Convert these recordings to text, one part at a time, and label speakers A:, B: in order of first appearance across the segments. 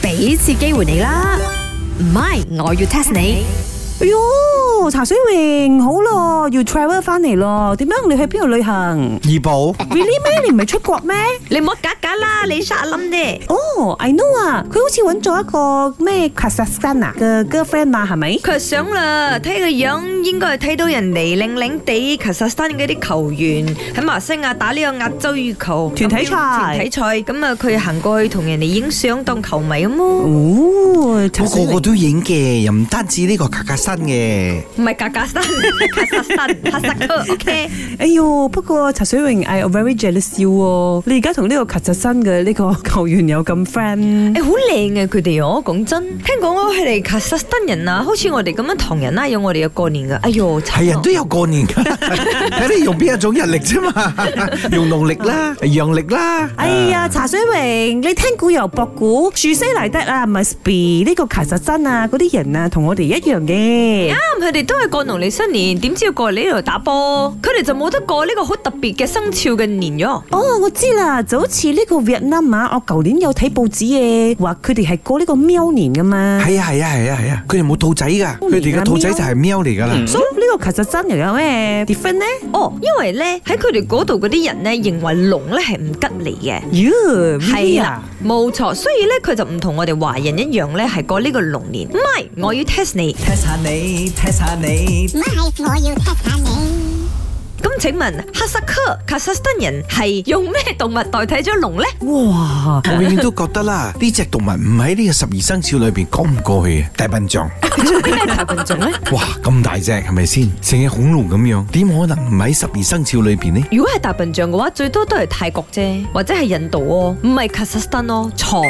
A: 俾次機會你啦。唔係，我要 test 你。
B: 哎喲，茶水榮好咯，要 travel 翻嚟咯。點樣？你去邊度旅行
C: 怡寶，
B: ？Really 咩？你唔係出國咩？
A: 你唔好假假啦，你沙冧啫。
B: 哦、i know 啊，佢好似揾咗一個咩 Kazakhstan 啊嘅 girlfriend 嘛，係咪？
A: 佢想啦，睇個樣應該係睇到人哋靚靚地，其實山嗰啲球員喺馬來西亞打呢個亞洲羽球
B: 團體賽
A: 團體賽咁啊，佢行過去同人哋影相當球迷咁咯，
B: 哦，
C: 我
B: 茶水
C: 個個
B: 榮，
C: 都影嘅，又唔單止呢個格格身嘅。
A: 唔係格格 山，格格山，哈薩克，OK。
B: 哎喲，不過茶水榮，I very jealous you 喎。你而家同呢個 Kazakhstan 嘅呢個球員有咁 friend？
A: 誒好靚嘅佢哋哦，講真，聽講我係嚟喀薩斯坦人啊，好似我哋咁樣唐人啊啦，有我哋嘅過年噶，哎呦，慘啊
C: 係人都有過年㗎， 睇你用邊一種日曆啫 嘛，用農曆啦、陽曆啦。
B: 哎呀，茶水榮，你聽古又博古，樹西嚟得啊，唔係 be 呢個 Kazakhstan 啊，嗰啲人啊，同我哋一樣嘅。
A: 啱，佢哋都係過農曆新年，點知要過嚟呢度打波，佢哋就冇得過呢個好特別嘅生肖嘅年咗。
B: 哦，我知啦，就好似呢個越南啊，我舊年有睇報紙嘅，話佢哋係過呢個喵年噶嘛。
C: 係啊係啊係啊係啊，佢哋冇兔仔㗎，
B: 嗯
C: 佢哋嘅兔仔就係喵嚟㗎啦。
B: 所以呢個其實真又有咩 different 咧？
A: 哦，因為咧喺佢哋嗰度嗰啲人咧認為龍咧係唔吉利嘅。
B: 咦，
A: 係
B: 咩
A: 啦，冇錯，所以咧佢就唔同我哋華人一樣咧，係過呢個龍年。唔係，我要 test 你。
D: 踢下你，踢下你，
E: 咪，我要 test 下你。
A: 咁請問哈薩克、卡薩斯坦人係用咩動物代替咗龍咧？
B: 哇，
C: 我永遠都覺得 啦，呢隻動物唔喺呢個十二生肖裏邊講唔過去嘅，大笨 象。
A: 大笨象咧？
C: 哇，咁大隻係咪先？成隻恐龍咁樣，點可能唔喺十二生肖裏邊呢？
A: 如果係大笨象嘅話，最多都係泰國啫，或者係印度哦，唔係卡薩斯坦咯，錯。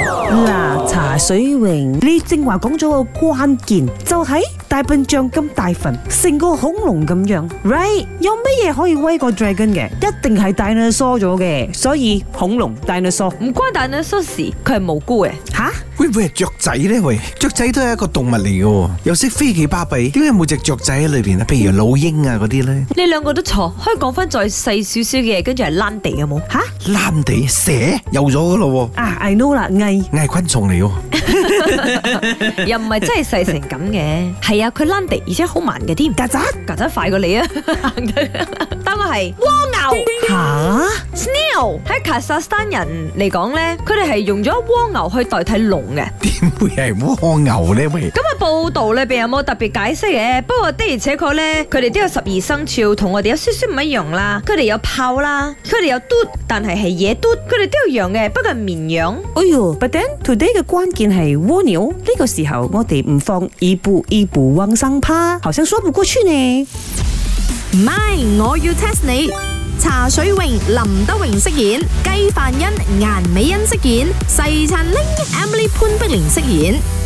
B: 嗱，茶水榮，你正話講咗個關鍵，就係大笨象咁大份，成個恐龍咁樣，right？有乜嘢可以威過 dragon 嘅？一定係 dinosaur 咗嘅，所以恐龍 dinosaur
A: 唔關大 i 叔事，佢係無辜嘅。
B: 吓？
C: 會唔會係雀仔呢？喂，雀仔都係一個動物嚟嘅喎，又識飛幾巴閉，點解冇隻雀仔喺裏邊啊？譬如老鷹啊嗰啲呢，
A: 你兩個都錯，可以講翻再細少少嘅，跟住係躝地嘅冇。
B: 吓？
C: 藍地蛇有咗噶咯
B: 啊，I À, know 啦，藝。
C: 喎，係昆蟲嚟 喎。
A: 又唔係真係細成咁嘅。係啊，佢躝地，而且好慢嘅添。
B: 曱甴
A: 曱甴快過你啊！ 行得答案係蝸牛
B: 吓？
A: snail。喺卡薩斯坦人嚟講咧，佢哋係用咗蝸牛去代替龍嘅。
C: 點會係蝸牛呢？喂，
A: 咁啊，報道裏邊有冇特別解釋嘅？不過的而且確咧，佢哋都有十二生肖，同我哋有少少唔一樣啦。佢哋有豹啦，佢哋有嘟，但係係野嘟，佢哋都有羊嘅，不過係綿羊。
B: 哎呦，but then today 嘅關鍵係蝸牛，呢個時候我哋唔放一步一步往上爬，好像說不過去呢。
F: 唔係，我要 test 你。茶水榮、林德榮飾演，雞凡欣、顏美欣飾演，細陳玲、Emily 潘碧玲飾演。